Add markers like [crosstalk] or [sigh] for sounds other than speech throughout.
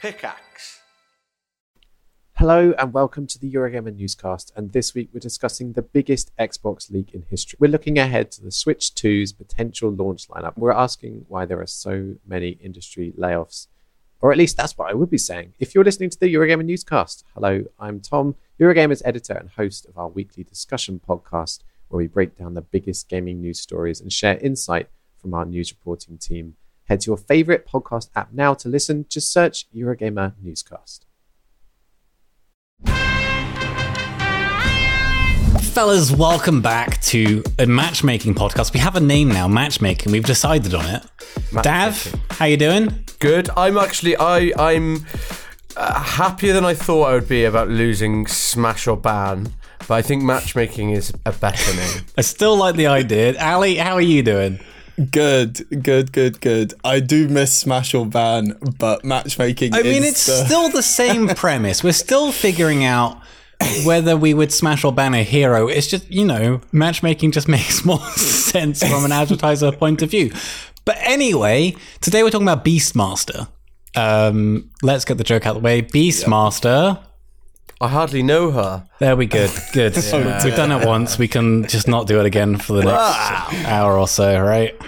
Pickaxe. Hello and welcome to the Eurogamer newscast. And this week we're discussing the biggest Xbox leak in history. We're looking ahead to the Switch 2's potential launch lineup. We're asking why there are so many industry layoffs, or at least that's what I would be saying. If you're listening to the Eurogamer newscast, hello, I'm Tom, Eurogamer's editor and host of our weekly discussion podcast, where we break down the biggest gaming news stories and share insight from our news reporting team. Head to your favorite podcast app now to listen. Just search Eurogamer newscast. Fellas, welcome back to a matchmaking podcast. We have a name now, matchmaking. We've decided on it. Dav, how you doing? good. I'm actually I I'm uh, happier than I thought I would be about losing Smash or Ban, but I think matchmaking is a better [laughs] name. I still like the idea. Ali, how are you doing? Good, good, good, good. I do miss Smash or Ban, but matchmaking. I mean, is it's uh, the- still the [laughs] same premise. We're still figuring out whether we would smash or ban a hero. It's just, you know, matchmaking just [laughs] makes more sense from an advertiser point of view. But anyway, today we're talking about Beastmaster. Um, let's get the joke out of the way. Beastmaster. I hardly know her. There we [laughs] good. Good. We've done it once. We can just not do it again for the next hour or so, right? Do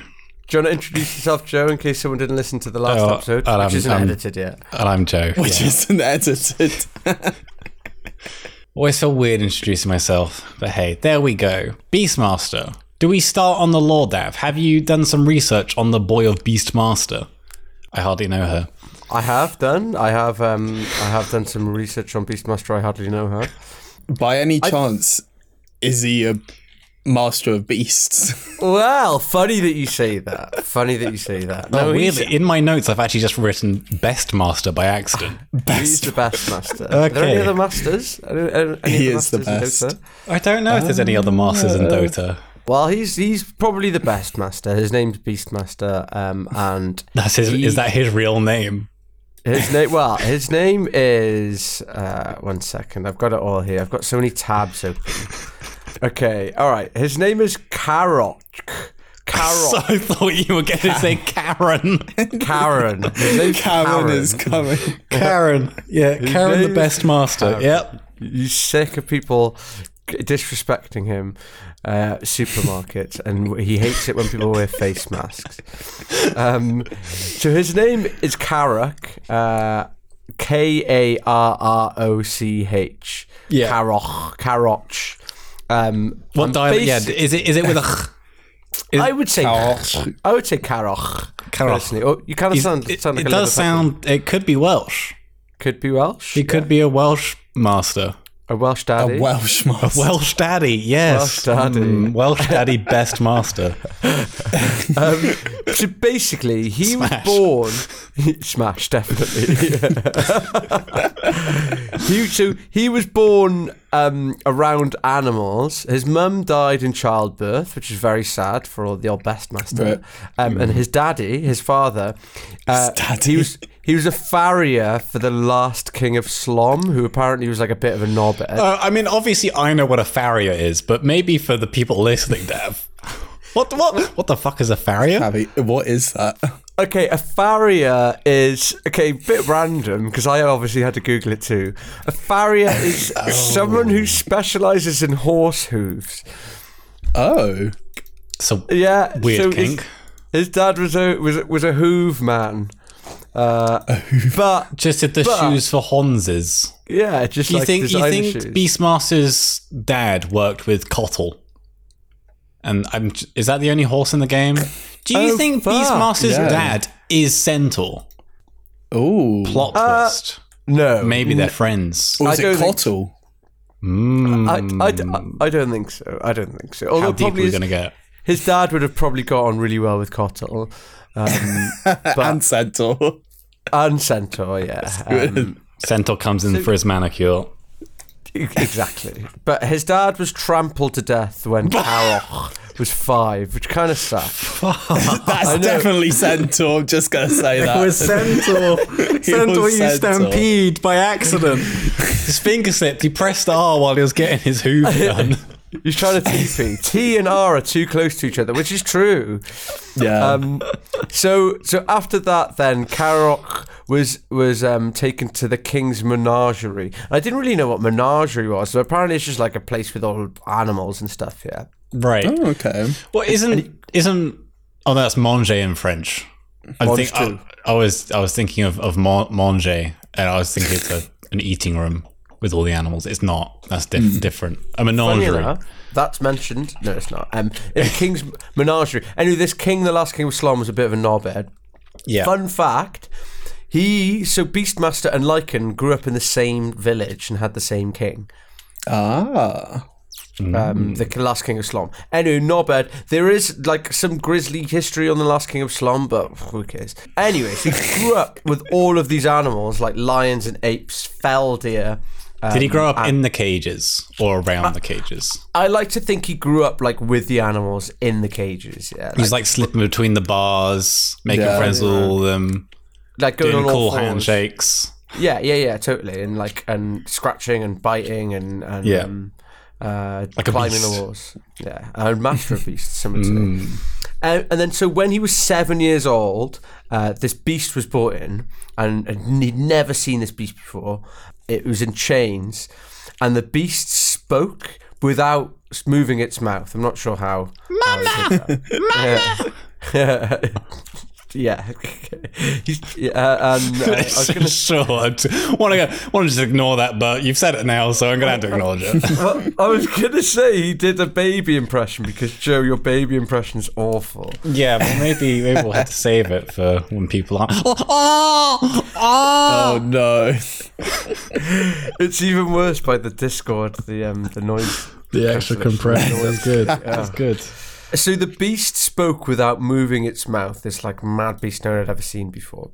you want to introduce yourself, Joe, in case someone didn't listen to the last Oh, episode, I'll- which isn't um, edited yet? And I'm Joe. which [laughs] isn't edited. Always feel weird introducing myself, but hey, there we go. Beastmaster. Do we start on the lore, Dav? Have you done some research on the boy of Beastmaster? I hardly know her. I have done. I have. Um, I have done some research on Beastmaster. I hardly know her. By any chance, is he a master of beasts? Well, funny that you say that. Funny that you say that. No, he's, Weirdly, in my notes, I've actually just written Best Master by accident. he's the best master. Are there any Okay. other masters? Any, any He other is the masters in best. Dota? I don't know if there's any other masters in Dota. Well, he's he's probably the best master. His name's Beastmaster, um, and That's his, he- is that his real name? his name? Well, his name is uh, one second. I've got it all here. I've got so many tabs open. Okay, all right. His name is Karok. [laughs] So Karok. I thought you were going to say Karen. [laughs] Karen. His name's [laughs] Karen is coming. Karen. Yeah, Karen name the is best master. Yep. He's sick of people disrespecting him uh, supermarkets [laughs] and he hates it when people wear face masks um, so his name is Karok uh, K-A-R-R-O-C-H Yeah. Karok Karoch um, What and dialect? Yeah, Oh. basi- is it is it with a I would say Karok. I would say Karok Karok. personally. Oh, you kind of sound, it, sound like it a does Liverpool- sound. It could be Welsh. could be Welsh It could be a Welsh master. a Welsh daddy A Welsh master. Welsh daddy. Yes. Hmm, Welsh daddy. Welsh [laughs] daddy best master. Um, [laughs] so basically, he Smash. was born. [laughs] Smash, definitely. [laughs] he, so he was born um, around animals. His mum died in childbirth, which is very sad for all the old best master. Right. Mm-hmm. Um, And his daddy, his father, uh, daddy. he was. He was a farrier for the last king of Slom, who apparently was like a bit of a knobhead. Uh, I mean, obviously, I know what a farrier is, but maybe for the people listening, Dev. [laughs] What what what the fuck is a Uh, farrier? Abby, what is that? Okay, a farrier is okay, bit random because I obviously had to Google it too. A farrier [laughs] is Oh. someone who specialises in horse hooves. Oh, So Yeah, weird so his- kink. His dad was a was a- was a hoof man, uh, but Just did the but- shoes for Honses. yeah, just Do you like think you designer think shoes. Beastmaster's dad worked with Cottle? And I'm, j- is that the only horse in the game? Do you Oh, think fuck, Beastmaster's yeah. dad is Centaur? oh. Plot Uh, twist. no, Maybe they're friends. Was I it don't think- Cottle? I, I d- I don't think so. I don't think so. Although Hmm. How deep are probably we his, going to get? his dad would have probably got on really well with Cottle um, and Centaur. and Centaur. Yeah, um, Centaur comes in for his [laughs] manicure. Exactly. But his dad was trampled to death when Karoch was five, which kind of sucked. [laughs] That's definitely Centaur. I'm just going to say [laughs] that. [laughs] Centaur. Centaur was used Centaur. stampede by accident. his finger slipped. He pressed R while he was getting [laughs] his hoof done. He's trying to TP. T and R are too close to each other, which is true. yeah. Um, so so after that, then Karoch was was um, taken to the king's menagerie. I didn't really know what menagerie was, so apparently it's just like a place with all animals and stuff. Yeah, Right. Oh, okay. Well, isn't isn't oh that's manger in French. I think I, Mange. I was I was thinking of of ma- manger, and I was thinking it's a, an eating room with all the animals. It's not. That's diff- different. A Hmm. Funny menagerie. enough, that's mentioned. No, it's not. Um, in the king's menagerie. Anyway, this king, the last king of Slom, was a bit of a knobhead. Yeah. Fun fact. He so Beastmaster and Lycan grew up in the same village and had the same king. Ah. Mm. um, the Last King of Slom. Anyway, Norbert, there is like some grisly history on the Last King of Slom, but who cares? Anyway, so he grew up with all of these animals like lions and apes, fell deer. Did he grow up in the cages or around Uh, the cages? I like to think he grew up like with the animals in the cages. Yeah, like, He's like slipping between the bars, making Yeah. friends with all of them, like going doing on all cool fours. handshakes. Yeah, yeah, yeah, totally. And like and scratching and biting and and Yeah. um, [laughs] uh, a climbing the beast. Mm. walls. Yeah, and master of beasts, some would say. Uh, And, and then so when he was seven years old, uh, this beast was brought in, and, and he'd never seen this beast before. It was in chains, and the beast spoke without s- moving its mouth. I'm not sure how. Mama, [laughs] mama. [laughs] yeah, [laughs] He's, yeah, uh, and, uh, I was It's gonna so [laughs] short. Want to want to just ignore that, but you've said it now, so I'm gonna have to acknowledge it. Well, I was gonna say he did a baby impression because Joe, your baby impression's awful. yeah, well, maybe maybe we'll have to save it for when people aren't. Oh, oh, Oh, no. It's even worse by the Discord, the um, the noise. The extra compression. That's [laughs] good. That's good. So the beast spoke without moving its mouth. This like mad beast no one had ever seen before.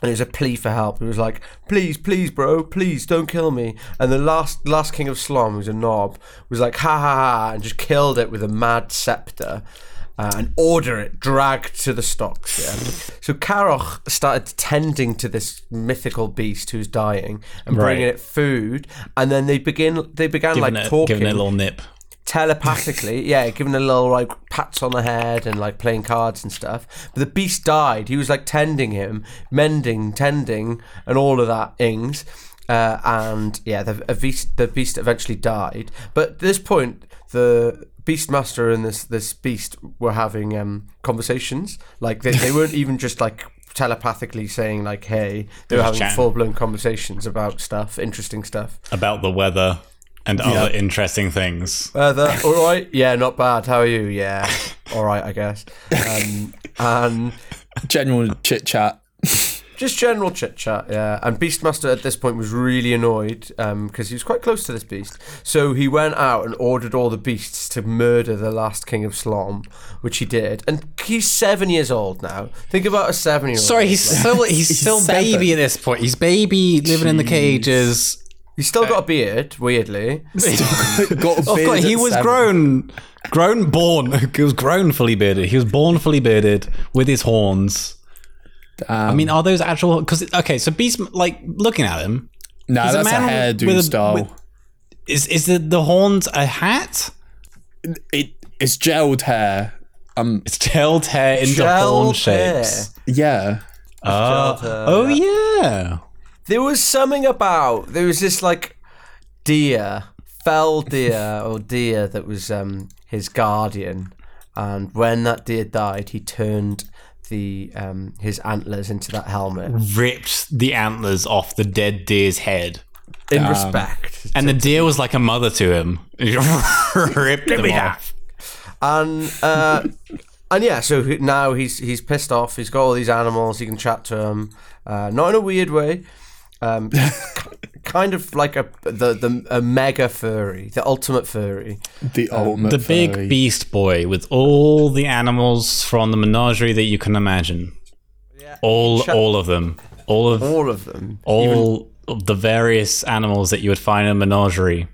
And it was a plea for help. It was like, please, please, bro, please, don't kill me. And the last last king of Slom, who's a knob, was like, ha ha ha, and just killed it with a mad scepter. Uh, and order it dragged to the stocks. Yeah. So Karoch started tending to this mythical beast who's dying and bringing Right. it food, and then they begin. They began Giving, like it, talking giving it a little nip. telepathically, yeah, giving a little like pats on the head and like playing cards and stuff. But the beast died. He was like tending him, mending, tending, and all of that ings. Uh, and yeah, the a beast the beast eventually died. But at this point, the beastmaster and this this beast were having um, conversations. Like they, they weren't even just like telepathically saying like hey they were They were having chatting. full-blown conversations about stuff interesting stuff about the weather and other interesting things. Weather, [laughs] all right. Yeah, not bad. How are you? Yeah, all right, I guess. Um, and General chit chat. just general chit chat. Yeah, and Beastmaster at this point was really annoyed because he was quite close to this beast. So he went out and ordered all the beasts to murder the last king of Slom, which he did. And he's seven years old now. Think about a seven-year-old. Sorry, he's still he's, [laughs] still seven. baby at this point. He's baby living in the cages. he's still got a beard. Weirdly, Got a [laughs] Oh beard god, he at was seven. grown, grown, born. [laughs] He was grown fully bearded. He was born fully bearded with his horns. I mean, are those actual? Because okay, so beast like looking at him Nah, he's Ah, a that's a, man hairdo with a- style. with- is is the, the horns a hat? it, it's gelled hair. Um, It's tailed hair into horn Gelled hair. shapes. yeah. Oh, hair, oh yeah. there was something about there was this like deer, fell deer or deer that was um, his guardian, and when that deer died, he turned the um, his antlers into that helmet Ripped the antlers off the dead deer's head. in respect. And the deer was like a mother to him. [laughs] He ripped him off. and uh, and yeah, so he- now he's he's pissed off. He's got all these animals. He can chat to them, uh, not in a weird way. Um, k- kind of like a the the a mega furry, the ultimate furry. The ultimate. The big furry. beast boy with all the animals from the menagerie that you can imagine. All all of them. All of All of them, all of the various animals that you would find in a menagerie.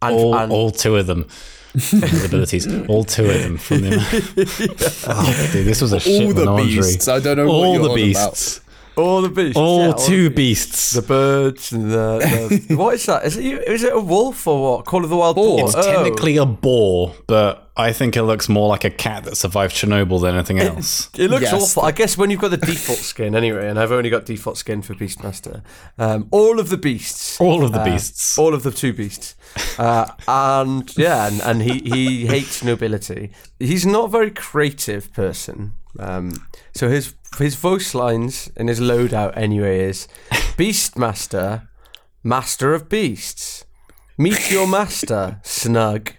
and, All and all two of them. His abilities. All two of them from the [laughs] Fuck, Oh, dude, this was a shit all the menagerie. beasts. I don't know all what you're the on beasts. all the beasts, All yeah, two beasts. The birds and [laughs] the, the what is that? Is it is it a wolf or what? Call of the Wild Boar. It's Oh. technically a boar, but I think it looks more like a cat that survived Chernobyl than anything else. It looks Yes. awful. I guess when you've got the default skin anyway, and I've only got default skin for Beastmaster, um, all of the beasts, All of the beasts. all of the two beasts, uh, and yeah, and, and he he hates nobility. He's not a very creative person. Um, so his his voice lines and his loadout anyway is Beastmaster, Master of Beasts, meet your master, Snug,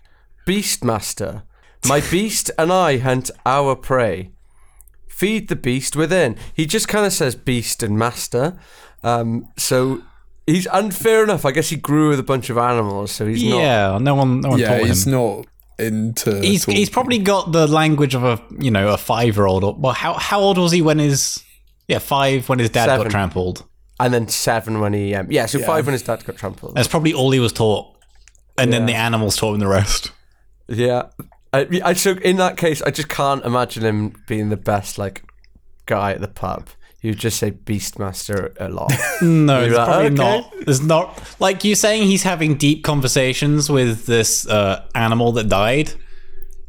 Beastmaster. My beast and I hunt our prey feed the beast within. He just kind of says beast and master. Um, so he's unfair enough. I guess he grew with a bunch of animals, so he's not. yeah, no one, no one yeah, taught him. he's not into. He's, he's probably got the language of a you know a five year old. Well, how how old was he when his yeah five when his dad Seven. got trampled? And then seven when he um, yeah, so five when his dad got trampled. That's probably all he was taught, and then the animals taught him the rest. [laughs] yeah, I, I so in that case, I just can't imagine him being the best like guy at the pub. He would just say beast master a lot. No, You're it's like, probably "Okay." not. There's not like you saying he's having deep conversations with this uh, animal that died.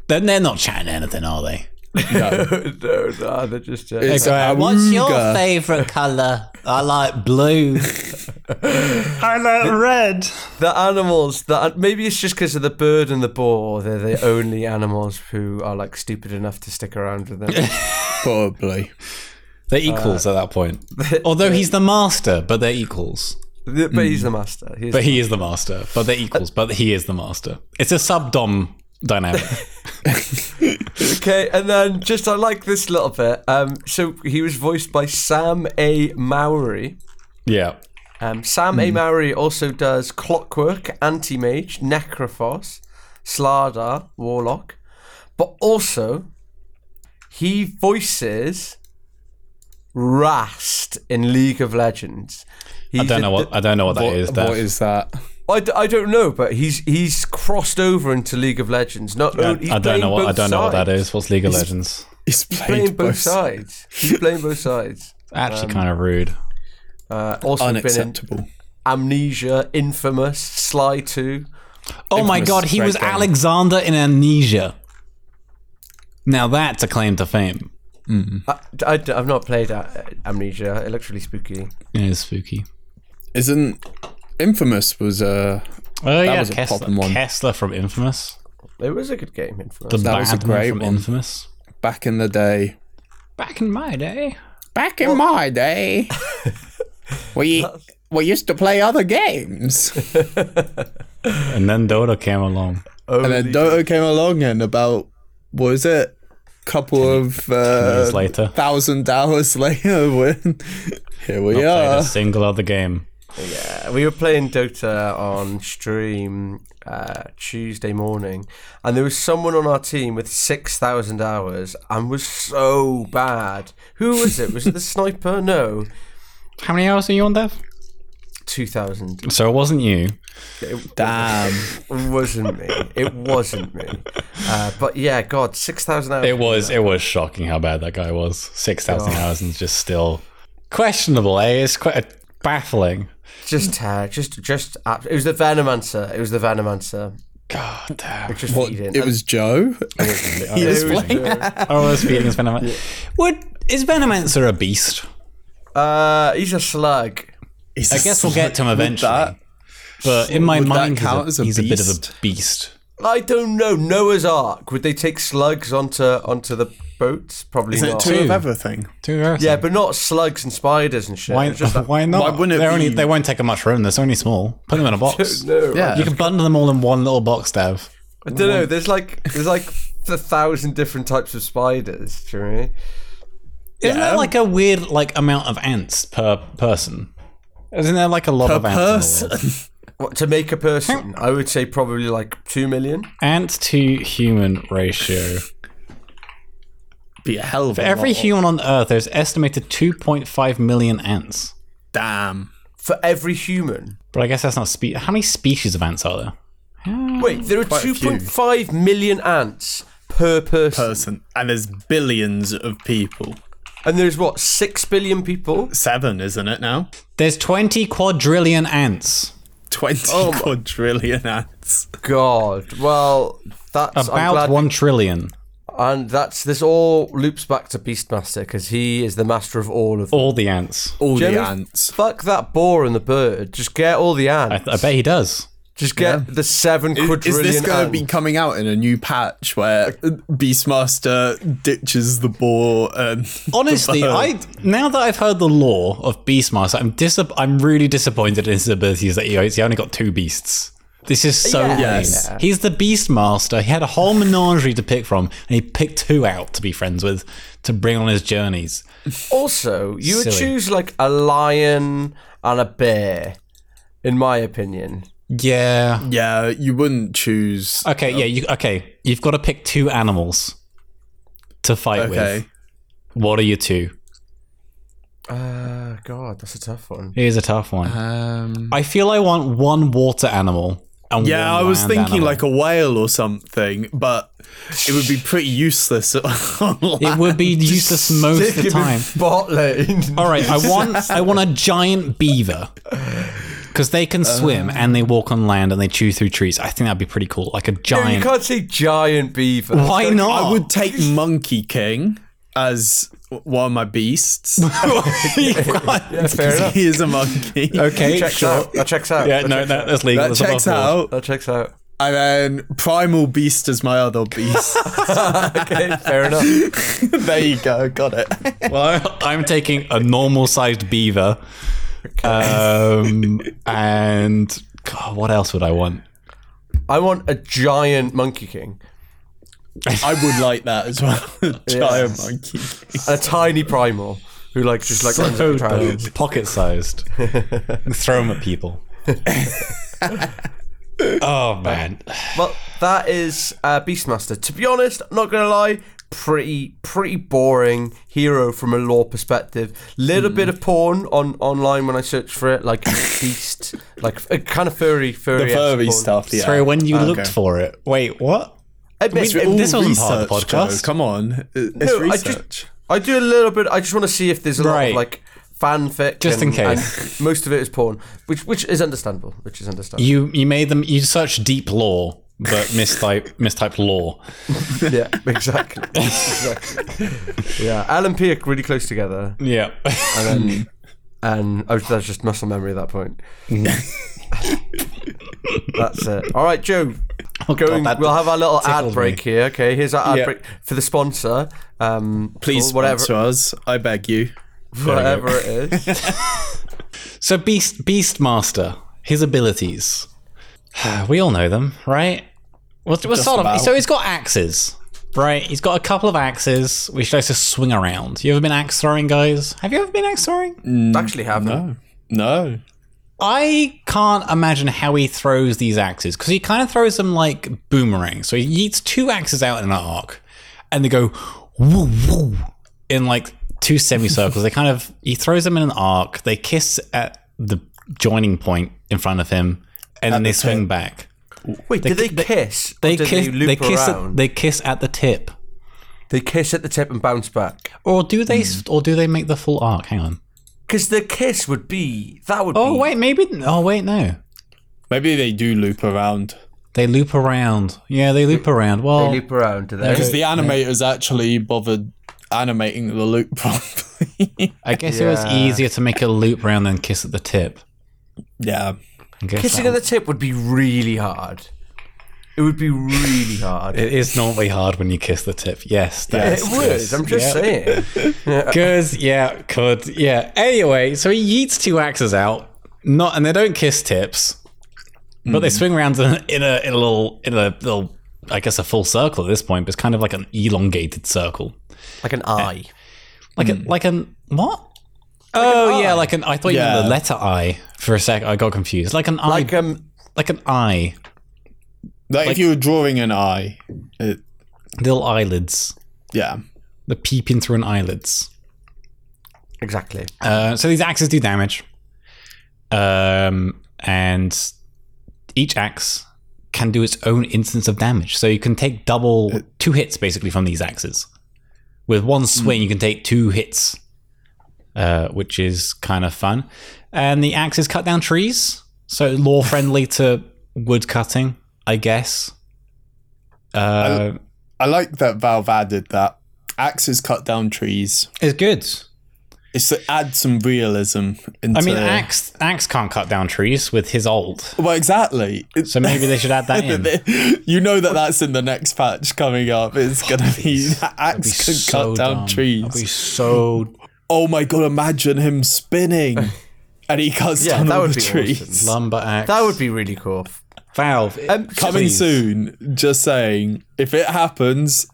Then they're not chatting anything, are they? [laughs] no, no, they're just uh, It's a What's your Awooga. favorite color? I [laughs] like blue. I like red. the animals that maybe it's just because of the bird and the boar. They're the only animals who are like stupid enough to stick around [laughs] with them. probably. They're Uh, equals at [laughs] that point. Although he's the master, but they're equals. The- But he's the master. He's Mm. But he is the master. But they're equals. But he is the master. It's a sub dom [laughs] dynamic. okay, and then just I like this little bit. Um, so he was voiced by Sam A. Mowry. yeah. Um, Sam Hmm. A. Mowry also does Clockwork, Anti Mage, Necrophos, Slardar, Warlock, but also he voices Rast in League of Legends. I don't know what I don't know what that What- is. what Daph. is that? I, d- I don't know, but he's he's crossed over into League of Legends. Not I, only, I don't know what I don't know what that is. What's League of Legends? He's Playing played both, both. sides. He's playing both sides. Actually, kind of rude. Uh, also been in Unacceptable. Amnesia, Infamous, Sly 2. Oh my Infamous god, he great was game. Alexander in Amnesia. Now that's a claim to fame. I, I, have not played uh, Amnesia. It looks really spooky. It is spooky. Isn't Infamous was uh Oh yeah, was a Kessler, poppin' one. Kessler from Infamous. It was a good game, Infamous. The That bad was a man great from one. Infamous. back in the day. Back in my day. Back in my [laughs] day, we we used to play other [laughs] games. And then Dota came along. Oh, and then Dota came along, and about what was it? Couple of uh, years later. thousand hours [laughs] later, when here we Played are. a single other game. Yeah, we were playing Dota on stream uh, Tuesday morning, and there was someone on our team with 6,000 hours and was so bad. Who was it? [laughs] Was it the sniper? No, How many hours are you on, Dev? 2,000. So it wasn't you. Damn, It wasn't me. It wasn't me. Uh, but yeah, God, 6,000 hours. It was it was shocking how bad that guy was. Six thousand hours and just still questionable. Eh? It's quite baffling. Just, uh, just, just. ab- It was the Venomancer. It was the Venomancer. God [laughs] damn. Just what, feeding. it was Joe. he was playing. [laughs] Oh, those feelings, Venom. Would is Venomancer a beast? Uh, he's a slug. [laughs] He's I a guess we'll get to him slut. Would eventually. that- But in my would that mind, he's, count a, as a he's a bit of beast? a beast. I don't know. Noah's Ark. Would they take slugs onto onto the boats? Probably Isn't it not. two of Two. everything? yeah, but not slugs and spiders and shit. Why, It's [laughs] just that- why not? why wouldn't it They're only, be- they won't take up much room. They're only small. Put [laughs] them in a box. no, Yeah. You can bundle them all in one little box, Dev. I don't know. There's like there's like a thousand different types of spiders. Do you know what I mean? Isn't there like a weird like amount of ants per person? Isn't there like a lot of ants? in the world? What, to make a person, I would say probably like two million. Ant to human ratio. Be a hell of a Every lot. human on Earth, there's estimated 2.5 million ants. Damn. For every human. But I guess that's not spe- how many species of ants are there? Wait, there are Quite a two few. point five million ants per person, person, and there's billions of people. and there's what six billion people. Seven, isn't it now? There's 20 quadrillion ants. Oh Twenty quadrillion ants. God, well, That's I'm About glad we- one trillion. and that's this all loops back to Beastmaster because he is the master of all of them. All the ants. All the Generally, ants. Fuck that boar and the bird. Just get all the I, ants. I bet he does. Just get the seven Is, quadrillion. is this going to be ants. coming out in a new patch where Beastmaster ditches the boar and Honestly, I now that I've heard the lore of Beastmaster, I'm disap- I'm really disappointed in his abilities that he he only got two beasts. This is so lame. Yes. He's the Beastmaster. He had a whole menagerie to pick from, and he picked two out to be friends with to bring on his journeys. Also, you would Silly. choose like a lion and a bear, in my opinion. Yeah. yeah, you wouldn't choose. Okay. Yeah. You okay? You've got to pick two animals to fight Okay, with. What are your two? Uh, God, that's a tough one. Here's a tough one. I feel I want one water animal. And Um, yeah, one I was land thinking animal. like a whale or something, but it [sighs] would be pretty useless. [laughs] on it land. would be useless most of the time. Bot lane. All right, I want I want a giant beaver because they can swim and they walk on land and they chew through trees. I think that'd be pretty cool, like a you giant. can't say giant beaver. [laughs] Why not? I would [laughs] take Monkey King as one of my [laughs] beasts. You can't. fair enough. he is a monkey. [laughs] Okay, Checks sure. out. That checks out. Yeah, that no, checks that, out. that's legal. That that's checks above board. out. That checks out. And then Primal Beast is my other [laughs] beast. Okay, fair enough. there you go, got [laughs] it. Well, I'm taking a normal-sized beaver, um, and God, what else would I want? I want a giant Monkey King I would like that as well. [laughs] Giant Yes. monkey. and a tiny Primal who like just like runs up Um, trousers. pocket [laughs] sized. Throw them at [laughs] people. oh man. But that is uh, Beastmaster. To be honest, I'm not gonna lie, pretty pretty boring hero from a lore perspective. Little bit Hmm. of porn on online when I search for it, like [coughs] beast, like uh, kind of furry, furry. The furry porn. stuff, yeah. Sorry, when you looked okay. for it. Wait, what? Admit- We- All this wasn't part of the research, podcast. Joe, Come on. It's No, I research. just I do a little bit. I just want to see if there's a lot Right. of like fanfic. Just in and- case. and most of it is porn, which which is understandable. Which is understandable. You you made them you searched deep lore, [laughs] but mistype mistyped lore. yeah, [laughs] exactly. exactly. Yeah, Alan Peake really close together, Yeah. and then, and oh, that's just muscle memory at that [laughs] point. that's it. All right, Joe. Going, Oh, that we'll have our little ad tickled break me. here. Okay, here's our ad Yeah. break for the sponsor. Um, Please or whatever, sponsor us. I beg you. whatever it [laughs] is. [laughs] So Beast Beastmaster, his abilities. [sighs] We all know them, right? Well, well sort of. about. So he's got axes, right? He's got a couple of axes which likes to swing around. You ever been axe throwing, guys? Have you ever been axe throwing? Actually, have no. No. I can't imagine how he throws these axes because he kind of throws them like boomerangs. So he yeets two axes out in an arc, and they go woo woo in like two semicircles. they kind of he throws them in an arc. They kiss at the joining point in front of him, and then they swing back. Wait, did they, kiss? or They did kiss. They, They, loop kiss. At, around? they kiss at the tip, They kiss at the tip and bounce back. or do they? s Or do they make the full arc? Hang on. Because the kiss would be that would. Oh be, wait, maybe. Oh wait, no. Maybe they do loop around. They loop around. Yeah, they loop around. Well, They loop around, do they? Because the animators actually bothered animating the loop [laughs] properly. I guess it was Yeah. easier to make a loop round than kiss at the tip. yeah. I guess Kissing that- at the tip would be really hard. It would be really hard. it is normally hard when you kiss the tip. [laughs] Yes, it that is would. I'm just saying. Cause yeah, could yeah. Anyway, so he yeets two axes out, not and they don't kiss tips, but Mm-hmm. they swing around in a, in a in a little in a little I guess a full circle at this point, but it's kind of like an elongated circle, Like an eye. like Mm. a like an what? oh yeah, like an I thought you meant Yeah. the letter I for a sec. I got confused. Like an eye, Like like, um. an eye, Like, if you were drawing an eye, it, little eyelids, yeah. the peeping through an eyelids. Exactly. Uh, so these axes do damage. Um, and each axe can do its own instance of damage. So you can take double two hits basically from these axes. With one swing, you can take two hits, uh, which is kind of fun. And the axes cut down trees, so law friendly to wood cutting, I guess. Uh, I like that Valve added that. Axes cut down trees. it's good. It's to add some realism into I mean, Axe Axe can't cut down trees with his old, Well, exactly. It's- so maybe they should add [laughs] that in. That'd you know that that's in the next patch coming up. It's gonna be [laughs] be axe can so cut down dumb. trees. That'd be so oh my god! Imagine him spinning, and he cuts Yeah, down that all would the be trees. awesome. lumber axe. That would be really cool. Valve. Um, Coming Please. soon. Just saying, if it happens,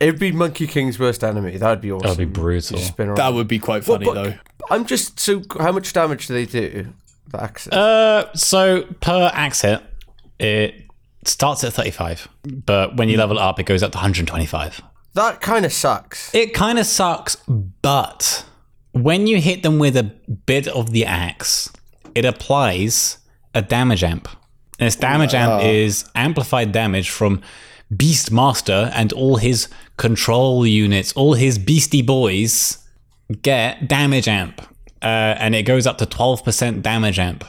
It'd be Monkey King's worst enemy. That would be awesome. That'd be brutal. Just spin around. that would be quite But- funny but though. I'm just so. How much damage do they do? The axes. Uh, so per axe hit, it starts at 35, but when you level it up, it goes up to 125. that kind of sucks. It kind of sucks, but when you hit them with a bit of the axe, it applies a damage amp. And this damage amp is amplified damage from Beast Master and all his control units, all his beastie boys get damage amp. Uh, and it goes up to 12% damage amp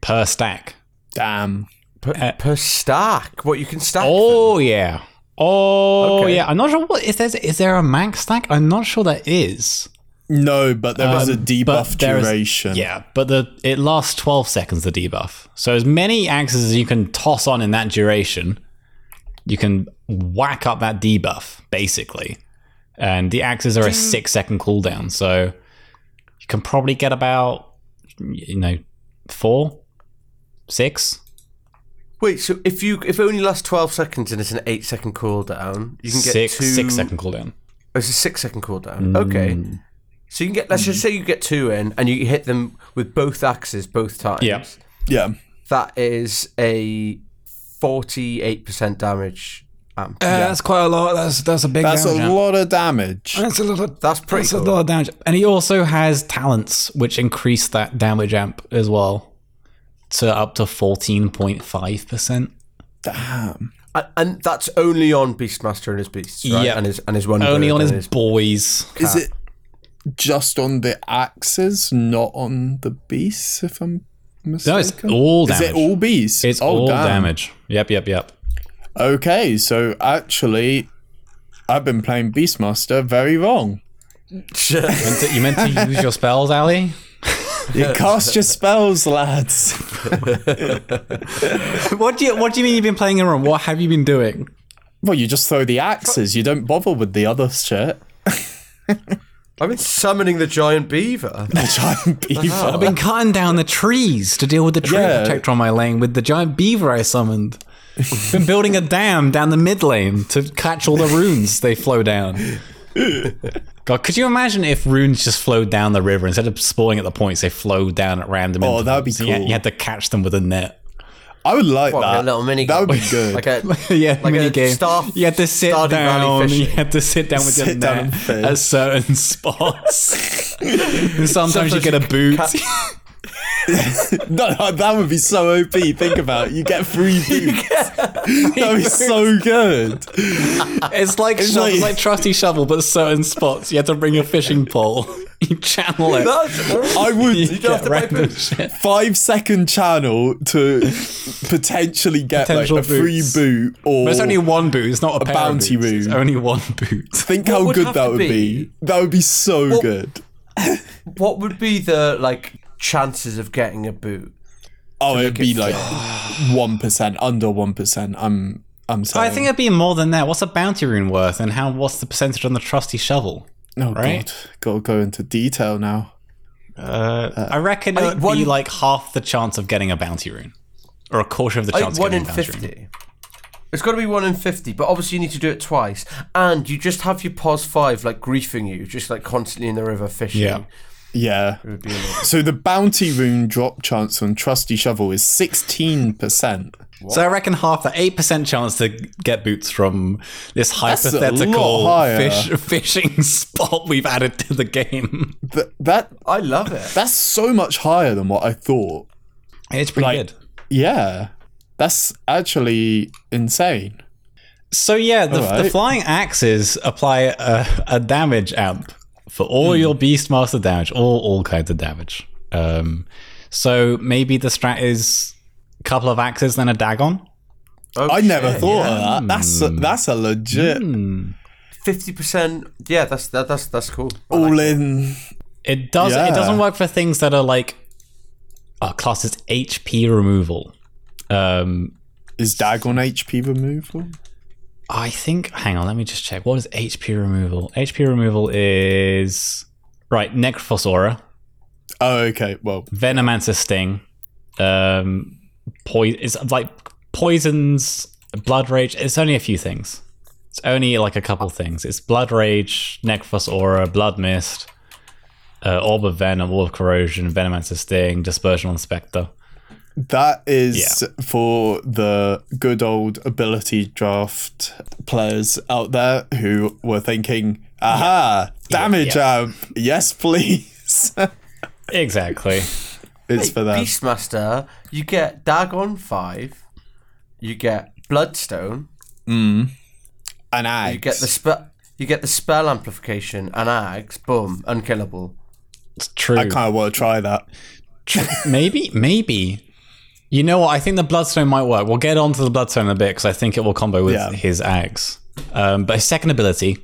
per stack. Damn. per, Uh, per stack. What you can stack. Oh yeah. Oh Okay. yeah. I'm not sure what is there is there a max stack? I'm not sure there is. No, but there was a debuff but there is- duration. Yeah, but the it lasts 12 seconds the debuff. So as many axes as you can toss on in that duration, you can whack up that debuff basically. And the axes are a 6 second cooldown, so you can probably get about you know 4 6 Wait. So if you if it only lasts twelve seconds and it's an eight second cooldown, you can get 6 two. 6 second cooldown. Oh, it's a six second cooldown. Mm. Okay. So you can get. Let's just say you get two in and you hit them with both axes both times. Yeah. Yeah. That is a forty-eight percent damage. Amp. Uh, That's quite a lot. That's that's a big That's a lot of damage. That's a lot [laughs] of That's pretty That's cool. a lot of damage. And he also has talents which increase that damage amp as well to up to fourteen point five percent. Damn. And, and that's only on Beastmaster and his beasts, right? Yeah. And his and his one. Only bird on and his boys. Is it just on the axes, not on the beasts, if I'm mistaken? No, it's all Is damage. it all beasts? It's Oh, all damn. damage. Yep, yep, yep. Okay, so actually, I've been playing Beastmaster very wrong. Meant to- you meant to use your spells, Ali? You cast your spells, lads. [laughs] What do you What do you mean you've been playing in room? What have you been doing? Well, you just throw the axes. You don't bother with the other shit. [laughs] I've been summoning the giant beaver. The [laughs] giant beaver. I've been cutting down the trees to deal with the tree Yeah. protector on my lane with the giant beaver I [laughs] summoned. been building a dam down the mid lane to catch all the runes they flow down. God, could you imagine if runes just flowed down the river instead of spawning at the points, they flowed down at random? Oh, that'd be intervals? You had- cool. You had to catch them with a net. I would like What, that. a little mini that would be game? good. like a [laughs] yeah, Like a mini game. Starf- you had to sit Stardew Valley down. You [laughs] fishing. had to sit down with your Sit down and net fish. at certain [laughs] spots. and [laughs] sometimes you Sometimes get a you boot. catch- No, that would be so OP. Think about it. You get free boots. That would be so good. It's like shovel, like- it's like trusty shovel, but certain spots you have to bring your fishing pole. [laughs] You channel it. [laughs] That's- I would you get get random shit. five second channel to potentially get Potential like a free boots. boot or But it's only one boot. It's not a, pair of bounty boots, It's room. only one boot. think What how would good have that to would be. be- That would be so What- good. what would be the like chances of getting a boot? Oh, it'd be like one percent, under one percent. I'm I'm saying. I think it'd be more than that. What's a bounty rune worth, and how? What's the percentage on the trusty shovel? oh right? god, gotta go into detail now. I reckon it'd be one- like half the chance of getting a bounty rune, or a quarter of the I chance think of one getting in a bounty fifty. rune. It's got to be one in fifty, but obviously you need to do it twice, and you just have your pos five like griefing you, just like constantly in the river fishing. Yeah. Yeah. So the bounty rune drop chance on trusty shovel is sixteen percent. So I reckon half the eight percent chance to get boots from this a hypothetical lot higher. fish, [laughs] fishing spot we've added to the game. That that I love it. [laughs] that's so much higher than what I thought. It's pretty Like- good. Yeah, that's actually insane. So yeah, the, Alright. the flying axes apply a, a damage amp for all Hmm. your beastmaster damage, all all kinds of damage. Um, so maybe the strat is a couple of axes, then a dagon. Oh, I never shit, thought yeah. of that. That's Hmm. a, that's a legit Fifty percent. Yeah, that's that, that's that's cool. I all like it. in. It does. It doesn't Yeah. work for things that are like uh, classes HP removal. Um, Is Dag on HP removal? I think. Hang on, let me just check. What is HP removal? HP removal is right. Necrophosaura, Oh, okay. Well, Venomancer Sting, um, poison. It's like poisons, blood rage. It's only a few things. It's only like a couple things. It's blood rage, Necrophosaura, blood mist, uh, orb of venom, orb of corrosion, Venomancer Sting, dispersion on Spectre. that is for the good old ability draft players out there who were thinking, aha, damage amp. Yes, please. [laughs] Exactly. it's for them. Beastmaster, you get Dagon five, you get Bloodstone, And ags. you get the spe- you get the spell amplification and ags, boom, [laughs] unkillable. It's true. I kind of want to try that. maybe, maybe. You know what? I think the Bloodstone might work. We'll get onto the Bloodstone in a bit because I think it will combo with Yeah. his axe. Um, but his second ability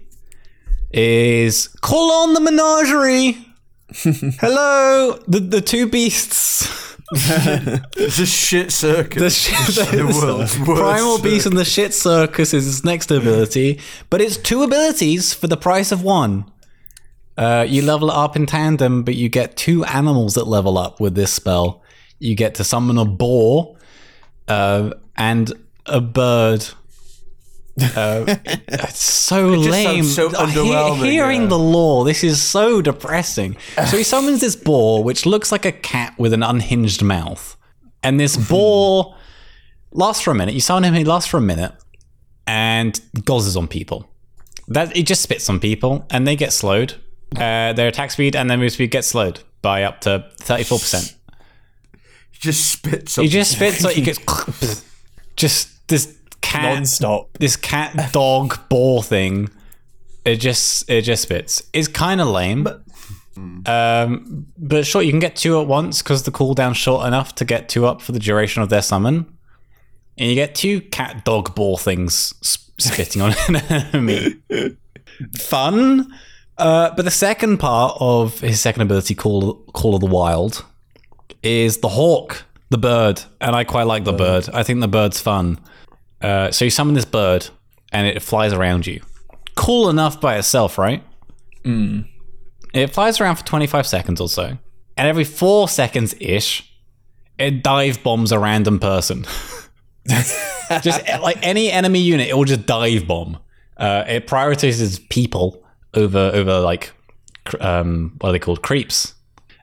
is call on the menagerie. Hello, the the two beasts, It's a shit circus. the, sh- the world's worst primal beast and the shit circus is his next ability. But it's two abilities for the price of one. Uh, you level it up in tandem, but you get two animals that level up with this spell. You get to summon a boar uh, and a bird. [laughs] Uh, it's so lame. sounds so Uh, he- underwhelming, hearing yeah. the law, this is so depressing. So he summons this boar, which looks like a cat with an unhinged mouth. And this Hmm. boar lasts for a minute. You summon him, he lasts for a minute and gozzes on people. That it just spits on people, and they get slowed. Uh, their attack speed and their move speed get slowed by up to thirty-four percent. He just spits. He up- just spits like he gets [laughs] just this Ah. cat, Non-stop. this cat dog ball thing. It just it just spits. It's kind of lame. Um, but sure, you can get two at once because the cooldown's short enough to get two up for the duration of their summon, and you get two cat dog ball things sp- spitting on an enemy. Fun, uh, but the second part of his second ability, call call of the wild, is the hawk, the bird, and I quite like the bird. I think the bird's fun. Uh, so you summon this bird, and it flies around you. Cool enough by itself, right? It flies around for 25 seconds or so. And every four seconds ish, it dive bombs a random person. [laughs] just eh, like any enemy unit, it will just dive bomb. Uh, it prioritizes people over over like cr- um, what are they called creeps.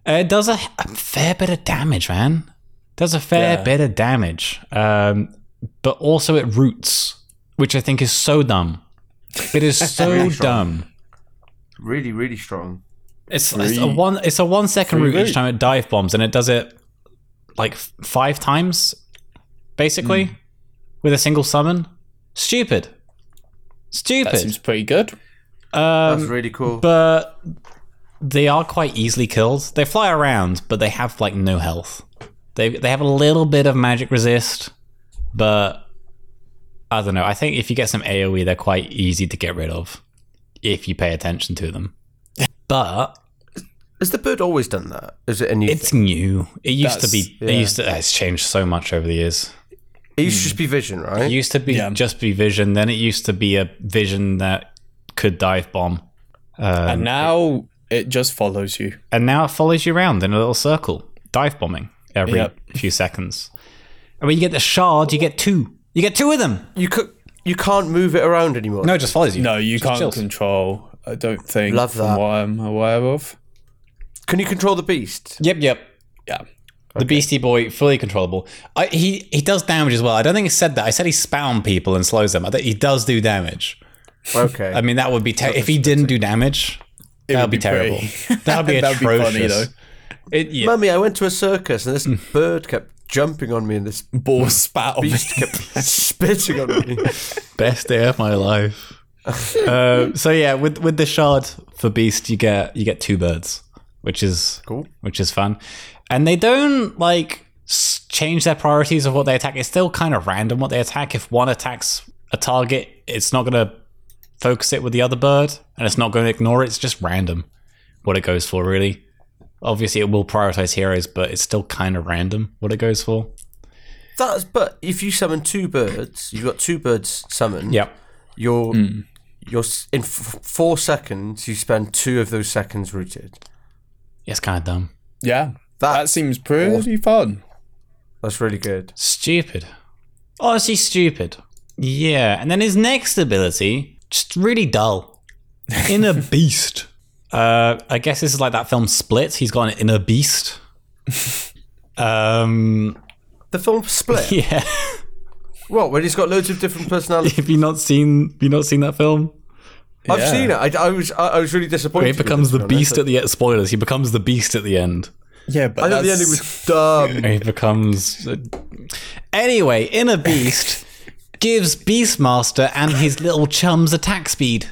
Uh, it does a, a fair bit of damage, man. Does a fair bit of damage, um, but also it roots, which I think is so dumb. It [laughs] is so dumb. really, really strong. It's, it's a Three- one. It's a one second three route each route. time it dive bombs, and it does it like f- five times, basically, Hmm. with a single summon. Stupid, That stupid. seems pretty good. That's Um, really cool. but they are quite easily killed. They fly around, but they have like no health. They they have a little bit of magic resist, but I don't know. I think if you get some AOE, they're quite easy to get rid of if you pay attention to them. But Has the bird always done that? Is it a new? It's new. It used to be. yeah. It used to. It's changed so much over the years. It used to just be vision, It right? used to be Yeah. just be vision. Then it used to be a vision that could dive bomb, Um, and now it just follows you. and now it follows you around in a little circle, dive bombing every Yep. few seconds. And when you get the shard, you get two. You get two of them. You could. You can't move it around anymore. No, it just follows you. No, you Just can't chills. control. I don't think. Love from that. what I'm aware of. Can you control the beast? [laughs] Yep, yep. Yeah. The Beastie Boy, fully controllable. I, he he does damage as well. I don't think I said that. I said he spawn people and slows them. I think he does do damage. Okay. I mean, that would be ter- if he didn't do damage. That would would be, be terrible. [laughs] pretty- That would be That'd be funny, atrocious. It- yeah. Mummy, I went to a circus and this Mm. bird kept jumping on me and [laughs] this Boar spat on me. beast kept spitting on me. Best day of my life. uh, so yeah, with with the shard for beast, you get you get two birds, which is Cool. which is fun, and they don't like s- change their priorities of what they attack. It's still kind of random what they attack. If one attacks a target, it's not going to focus it with the other bird, and it's not going to ignore it. It's just random what it goes for, really. Obviously, it will prioritize heroes, but it's still kind of random what it goes for. That's but if you summon two birds, you've got two birds summoned. Yep. You're Mm. you're s- in f- four seconds. You spend two of those seconds rooted. It's kind of dumb. Yeah. That That's seems pretty fun. that's really good. Stupid. Honestly, stupid. Yeah, and then his next ability, just really dull. Inner beast. Uh, I guess this is like that film Split. He's got an inner beast. Um, [laughs] The film Split. yeah. what? When he's got loads of different [laughs] personalities. Have you not seen? Have you not seen that film? I've Yeah. seen it. I, I was I, I was really disappointed. He with it, becomes to the be honest. beast at the end. Spoilers. He becomes the beast at the end. Yeah, but I thought the ending was dumb. He becomes. uh, Anyway, Inner Beast gives Beastmaster and his little chums attack speed.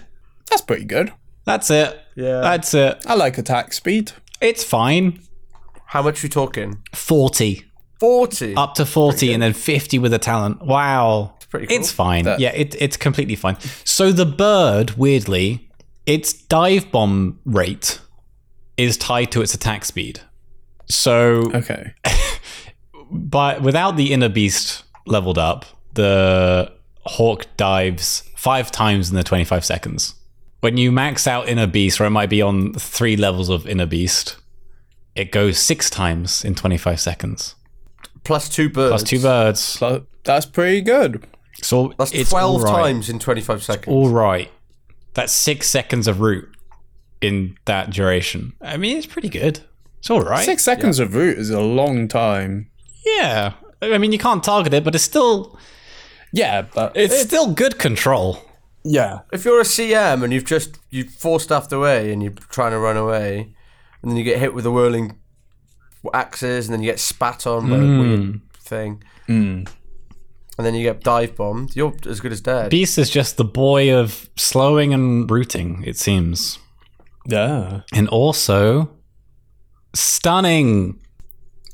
that's pretty good. That's it. Yeah. That's it. I like attack speed. It's fine. [laughs] How much are we talking? 40. Forty. Up to 40 and then 50 with a talent. Wow. It's pretty cool. It's fine. yeah, it, it's completely fine. So the bird, weirdly, its dive bomb rate is tied to its attack speed. So Okay. but without the inner beast leveled up, the hawk dives five times in the 25 seconds. When you max out inner beast, or it might be on three levels of inner beast, it goes six times in 25 seconds. Plus two birds. Plus two birds. So that's pretty good. So That's it's twelve all right. times in twenty-five seconds. All right. That's six seconds of root in that duration. I mean, it's pretty good. It's all right. Six seconds of root is a long time. Yeah. I mean, you can't target it, but it's still Yeah, but it's still good control. yeah. If you're a CM and you've just you four staffed away and you're trying to run away, and then you get hit with the whirling axes, and then you get spat on by Hmm. a weird thing, and then you get dive bombed, you're as good as dead. Beast is just the boy of slowing and rooting, it seems. Yeah. And also, stunning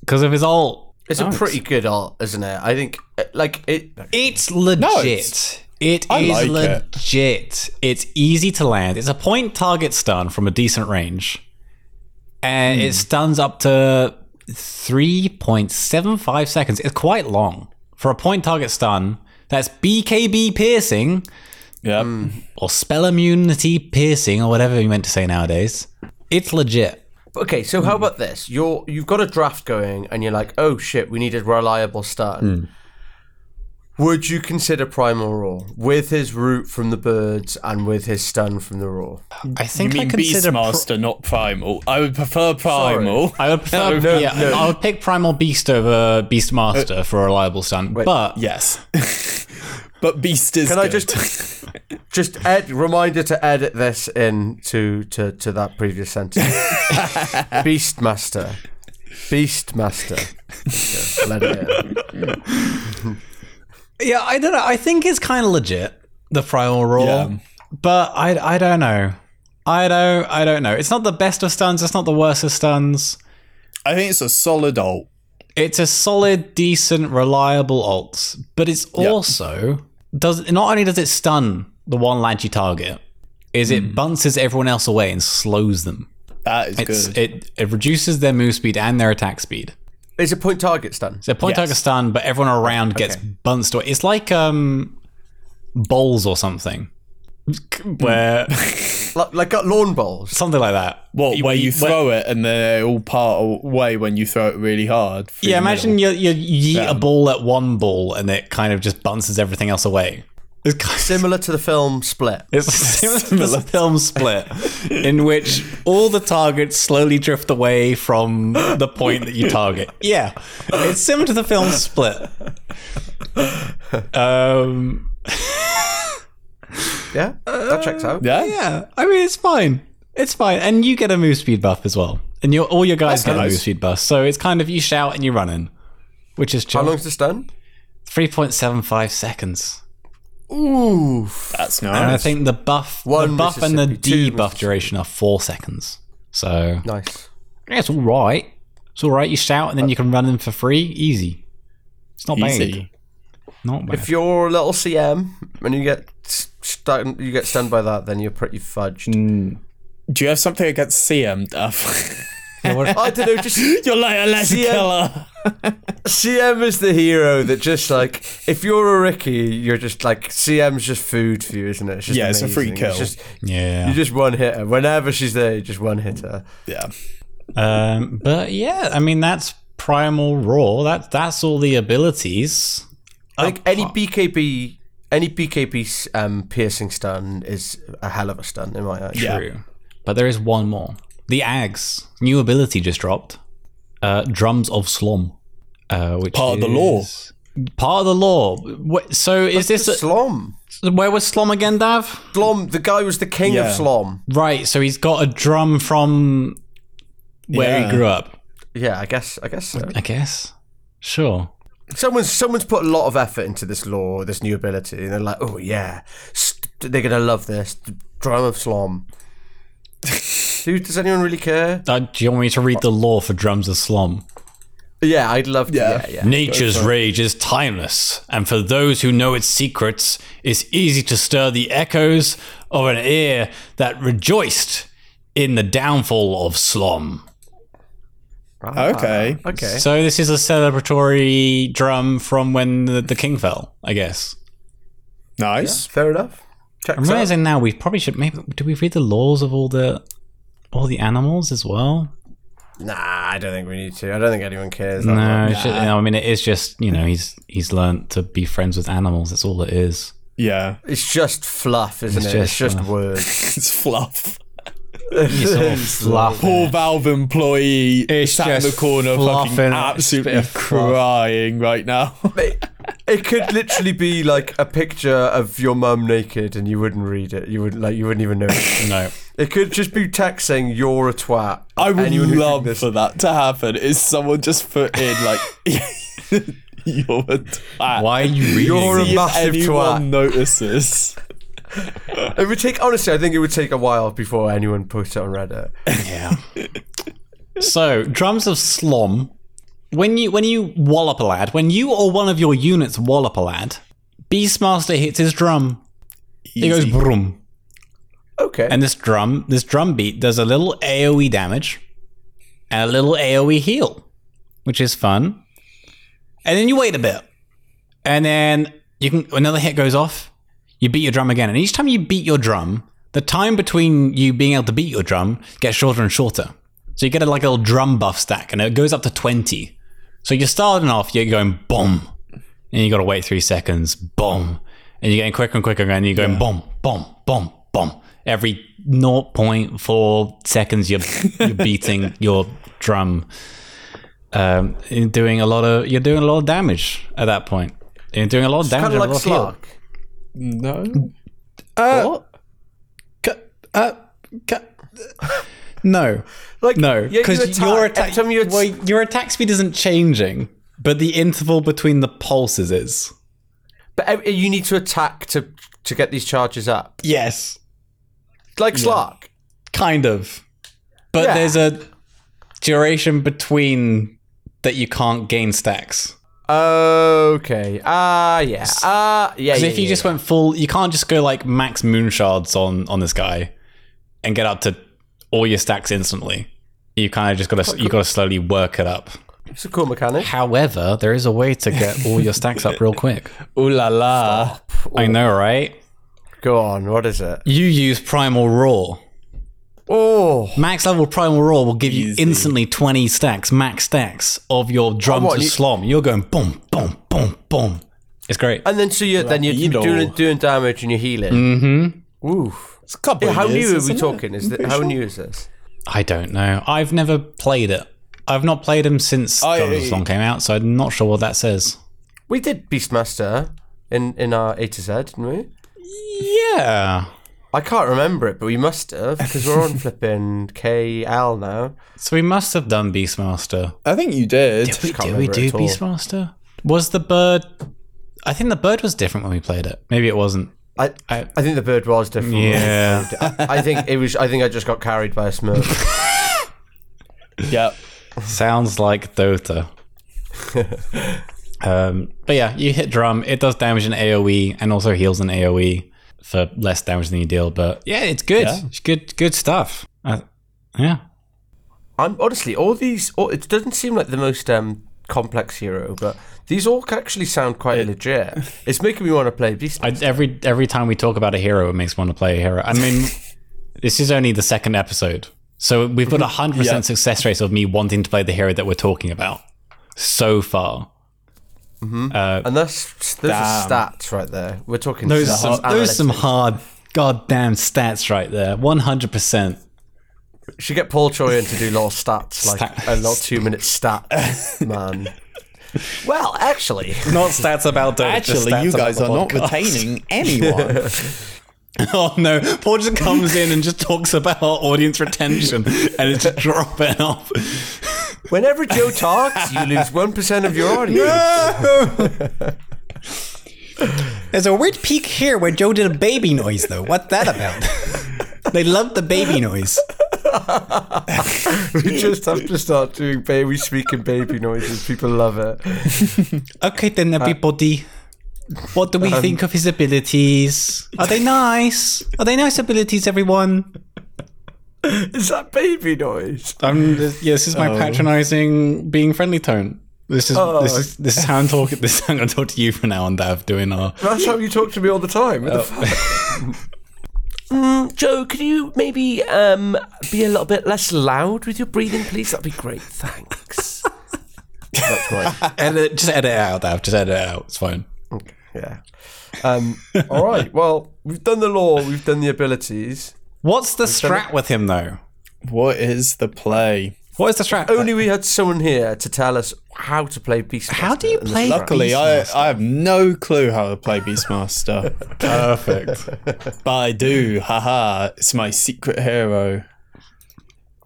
because of his ult. it's a pretty good art, isn't it? I think uh, like it. It's legit. it's- It I is like it. legit. It's easy to land. It's a point target stun from a decent range. And Hmm. it stuns up to 3.75 seconds. It's quite long. For a point target stun, that's BKB piercing. Yeah. Mm. or spell immunity piercing or whatever you meant to say nowadays. It's legit. Okay, so how about this? You're you've got a draft going, and you're like, oh shit, we need a reliable stun. Would you consider Primal Roar with his root from the birds and with his stun from the roar? I think I I mean, consider pro- Beastmaster, not Primal. I would prefer Primal. [laughs] I would prefer, No, Uh, yeah, no. I would pick Primal Beast over Beastmaster for a reliable stun. but Yes. [laughs] but Beast is Can I good. just [laughs] just add reminder to edit this in to to, to that previous sentence? Beastmaster, Beastmaster. Yeah, let it in. yeah, I don't know. I think it's kind of legit the Primal Roar, Yeah. but I I don't know. I don't I don't know. It's not the best of stuns. It's not the worst of stuns. I think it's a solid ult. it's a solid, decent, reliable alt, but it's also does not only does it stun the one lad you target, is Hmm. it bounces everyone else away and slows them. That is It's, good. it it reduces their move speed and their attack speed. It's a point target stun. So point Yes. target stun, but everyone around gets bounced away. It's like um bowls or something. [laughs] Where Like, like at lawn bowls. something like that. Well, where you where- throw it and they all part away when you throw it really hard. through Yeah, the imagine you you yeet a ball at one ball and it kind of just bounces everything else away. It's kind of, Similar to the film Split. [laughs] It's similar to the film Split, in which all the targets slowly drift away from the point that you target. Yeah, it's similar to the film [laughs] Split. Um, Yeah, that checks out. middle. Yeah. yeah, I mean it's fine. It's fine, and you get a move speed buff as well, and your all your guys get a nice. move speed buff. So it's kind of you shout and you run in, which is How chill. long's the stun? Three point seven five seconds. Ooh, That's And I nice. think the buff, the One buff, and the Mississippi, two debuff duration are four seconds. So nice. yeah, it's all right. It's all right. You shout, and then you can run them for free. Easy. It's not bad. Easy. Not bad. If you're a little CM and you get stunned, you get stunned by that, then you're pretty fudged. Do you have something against CM, Duff? [laughs] [laughs] I don't know. Just You're like a lesser CM killer. CM is the hero that just like if you're a Ricky, you're just like CM's just food for you, isn't it? It's just Yeah, it's a free amazing. kill. It's just, yeah. You just one hit her. Whenever she's there, you just one hit her. Yeah. Um, but yeah, I mean that's primal raw. That that's all the abilities. Oh, I think any BKB, any BKB um, piercing stun is a hell of a stun in my eyes. Yeah. True. But there is one more. The Ags new ability just dropped. Uh, drums of Slom, uh, which Part of the law. is- Part of the law. Wh- So is this a- Slom. where was Slom again, Dav? Slom. The guy was the king of Yeah. Slom. Right. So he's got a drum from where Yeah. he grew up. Yeah, I guess. I guess so. I guess. Sure. Someone's someone's put a lot of effort into this law, this new ability, and they're like, oh yeah, st- they're gonna love this drum of [laughs] Slom. Dude, does anyone really care? Uh, do you want me to read the law for drums of Slom? Yeah, I'd love. To, yeah, Yeah. yeah. Nature's rage is timeless, and for those who know its secrets, it's easy to stir the echoes of an ear that rejoiced in the downfall of Slom. Okay. Ah, Okay. So this is a celebratory drum from when the, the king fell, I guess. Nice. Fair enough. Checks I'm out. realizing now we probably should maybe do we read the laws of all the all the animals as well? Nah, I don't think we need to. I don't think anyone cares. that No, much. it's just- I mean it is just you know he's he's learned to be friends with animals. That's all it is. Yeah. [laughs] it's just fluff, isn't It's it? It's just just [laughs] fluff. words. It's fluff. It's [laughs] all fluff. Poor Valve employee sat in the just corner fluff, fucking innit? It's a bit absolutely of fluff. crying right now. it, it could literally be like a picture of your mum naked, and you wouldn't read it. You wouldn't like. You wouldn't even know. It, No. It could just be text saying "You're a twat." I would Anyone who love thinks for that to happen is someone just put in like [laughs] you're a twat. Why are you reading? You're a See if massive anyone twat. notices. It would take honestly. I think it would take a while before anyone puts it on Reddit. Yeah. so drums of slom. When you when you wallop a lad, when you or one of your units wallop a lad, Beastmaster hits his drum. He goes Easy. brum, Okay. and this drum this drum beat does a little AOE damage, and a little AOE heal, which is fun. And then you wait a bit, and then you can another hit goes off. You beat your drum again, and each time you beat your drum, the time between you being able to beat your drum gets shorter and shorter. So you get a, like a little drum buff stack, and it goes up to twenty. So you're starting off, you're going boom, and you got to wait three seconds, boom, and you're getting quicker and quicker, and you're going boom, boom, boom, boom. Every 0.4 seconds, you're you're beating your drum um, you're doing a lot of you're doing a lot of damage at that point. You're doing a lot of damage. kind of and a like lot of heal. Slark. No. No, Like no, yeah, you because attack- your every attack time you well, your attack speed isn't changing, but the interval between the pulses is But ev- you need to attack to to get these charges up. yes, Like Slark. kind of. But Yeah. there's a duration between that you can't gain stacks. Okay. Ah, yeah. Ah, yeah. Because yeah, if you yeah, just yeah. went full, you can't just go like max moon shards on on this guy and get up to all your stacks instantly. You kind of just gotta you gotta slowly work it up. it's a cool mechanic. However, there is a way to get all your stacks up real quick. Ooh la la. [laughs] I know, right? Go on. What is it? You use Primal Roar. Oh, Max level Primal Roar will give Easy. you instantly 20 stacks, max stacks of your drums what, of you- slom. You're going boom, boom, boom, boom. It's great. and then so you then you're Ladino. doing doing damage and you're healing. Mm-hmm. Ooh. It's a couple Yeah, of how years, new are we isn't it? talking? Is that, I'm how pretty new is this? I don't know. I've never played it. I've not played him since I- Drums of Slom came out, so I'm not sure what that says. We did Beastmaster in in our A to Z, didn't we? Yeah. I can't remember it, but we must have because we're on flipping KL now. So we must have done Beastmaster. sure. I think you did. [laughs] we, can't did we remember do it at all. Beastmaster? Was the bird? I think the bird was different when we played it. Maybe it wasn't. I, I I- think the bird was different. [laughs] Yeah. [laughs] I think it was. I think I just got carried by a smirk. Yeah. Sounds like Dota. um, but yeah, you hit drum. It does damage in AOE E and also heals in AOE E for less damage than you deal. But yeah, it's good. Yeah. It's good. Good stuff. Uh, yeah. I'm honestly all these. All, it doesn't seem like the most um, complex hero, but these all actually sound quite legit. It's making me want to play Beast. I, every every time we talk about a hero, it makes me want to play a hero. I mean, this is only the second episode, so we've got a hundred Yeah. percent success rate of me wanting to play the hero that we're talking about so far. and that's those are Damn. stats right there. We're talking Those stats, some, those some analytics. hard goddamn stats right there. One hundred percent. Should get Paul Choi in to do little stats like Stats. a little two minute stat man. well, actually, Not stats about Dota. Actually, you guys are not retaining [laughs] anyone. Oh no! Paul just comes in and just talks about audience retention, and it's just dropping off. whenever Joe talks, you lose one percent of your audience. [laughs] There's a weird peak here where Joe did a baby noise, though. What's that about? [laughs] they love the baby noise. We just have to start doing baby speaking baby noises. People love it. Okay, then everybody. What do we think of his abilities? Are they nice? Are they nice abilities, everyone? Is that baby noise? I'm. This, yeah, Um, this is my patronizing, being friendly tone. This is this Oh. is this is how I'm talking. This is how I'm going to talk to you from now on, Dav. Doing our That's how you talk to me all the time. What the fuck? Oh. [laughs] Mm, Joe, could you maybe um, be a little bit less loud with your breathing, please? That'd be great. Thanks. That's right. edit. Just edit it out, Dav. Just edit it out. It's fine. Yeah. [laughs] Um, all right. Well, we've done the law. We've done the abilities. What's the strat with him though? what is the play? What is the strat? Only we had someone here to tell us how to play Beast. How do you play? Luckily, I, I have no clue how to play Beastmaster, [laughs] perfect. but I do. Haha, it's my secret hero.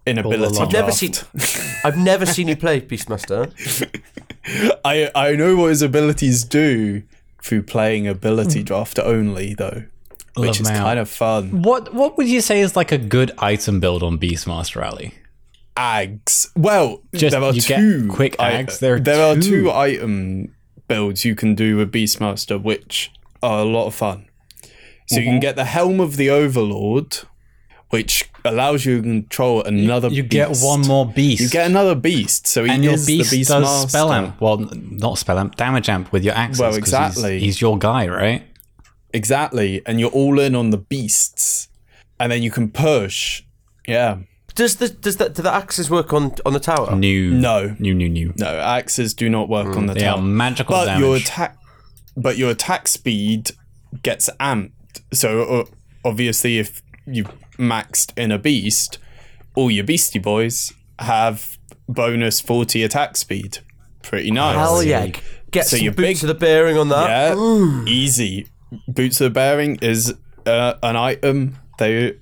Inability. along. I've Never draft. seen. I've never seen you play Beastmaster. I I know what his abilities do through playing ability draft only though, which Hmm. Love is Mao. kind of fun. What What would you say is like a good item build on Beastmaster Alley? Ags. Well, Just- there are you get two quick i- ags, there are there are two. two item builds you can do with Beastmaster, which are a lot of fun. So you Uh-huh. can get the Helm of the Overlord, which allows you to control another. You get beast. one more beast. You get another beast, so he and your is beast, the beast does master. spell amp. Well, n- not spell amp, damage amp with your axes. Well, 'cause he's- exactly. He's, your guy, right? Exactly, and you're all in on the beasts, and then you can push. Yeah, Does the does that do the axes work on on the tower? New. No. New. New. New. no axes do not work on the Mm, They are tower. magical but damage. your attack, but your attack speed gets amped. So uh, obviously, if you maxed in a beast, all your beastie boys have bonus forty attack speed. Pretty nice. Hell yeah! Really? Get So some you're boots of big- the bearing on that. Yeah, easy. Boots of the Bearing is uh, an item. They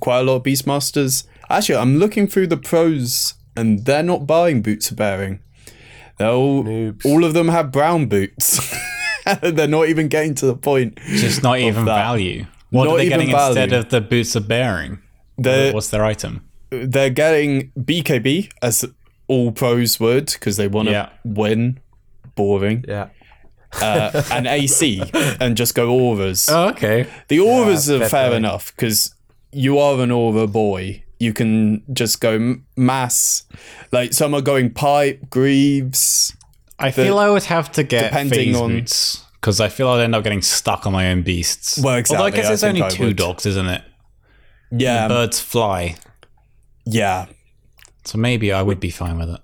quite a lot of Beastmasters. Actually, I'm looking through the pros, and they're not buying Boots of Bearing. They're all, all of them have brown boots. [laughs] they're not even getting to the point. Just not even that. value. What Not are they even getting value. Uh, instead of the boots of bearing? They're What's their item? they're getting BKB as all pros would because they want to Yeah. win. Boring. Yeah. Uh, and AC and just go auras. [laughs] Oh, okay. The auras are fair fair play. enough because you are an aura boy. You can just go m- mass. Like some are going pipe, greaves. I feel I would have to get depending phase on- boots because I feel I'd end up getting stuck on my own beasts. Although Well, I exactly, guess I it's think only I two would. Um, dogs, isn't it? Yeah, Birds fly, yeah. so maybe I would be fine with it.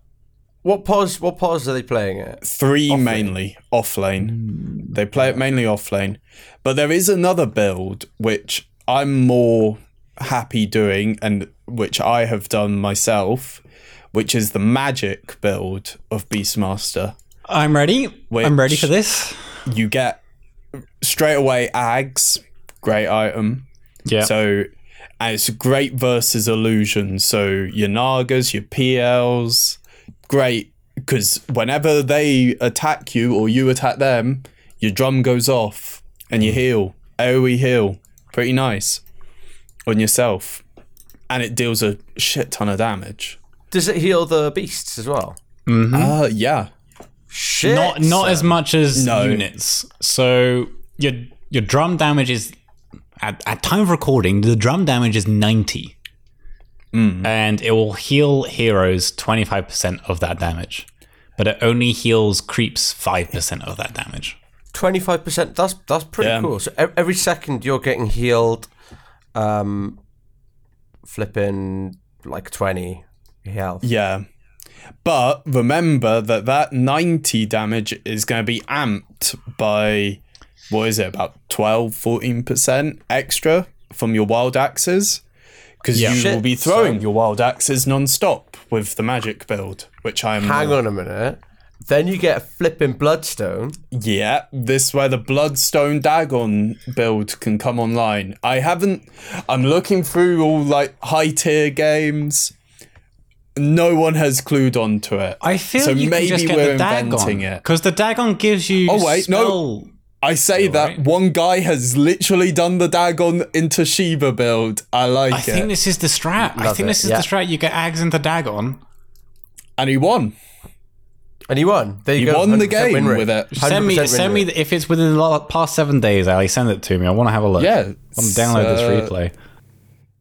What pause? What pause are they playing at? Three mainly off lane. They play it mainly off lane, but there is another build which I'm more happy doing and which I have done myself, which is the magic build of Beastmaster. I'm ready. I'm ready for this. You get straight away ags, great item. Yeah. [laughs] So and it's great versus illusion. So your Nagas, your PLs, great because whenever they attack you or you attack them, your drum goes off and you heal. AoE heal. Pretty nice on yourself. And it deals a shit ton of damage. Does it heal the beasts as well? Uh, yeah. Shit. not not as much as uh, No. units. So your your drum damage is at, at time of recording the drum damage is ninety, Mm. and it will heal heroes twenty five percent of that damage, but it only heals creeps five percent of that damage. twenty five percent. That's that's pretty Yeah. cool. So e- every second you're getting healed, um, flipping like twenty health. Yeah. But remember that that 90 damage is going to be amped by, what is it, about 12, 14% extra from your wild axes? Because Yeah. you Shit, will be throwing so- your wild axes non stop with the magic build, which I'm. Hang on a minute. Then you get flipping bloodstone. Yeah, this is where the Bloodstone Dagon build can come online. I haven't. I'm looking through all like high tier games. No one has clued on to it. I feel So you maybe can just get we're the inventing Dagon it. because the Dagon gives you. Oh, wait, no. spell- I say that right. one guy has literally done the Dagon into Shiva build. I like I it, think this is the strat. I Love it, think this is yeah. the strat. You get Ags into Dagon. and he won. And he won. There you, He go. won the 100% game win rate. with it. 100% Send me, win send me rate. the, if it's within the la- past seven days, Ali. Send it to me. I want to have a look. Yeah, I'm gonna download it's, this uh, replay.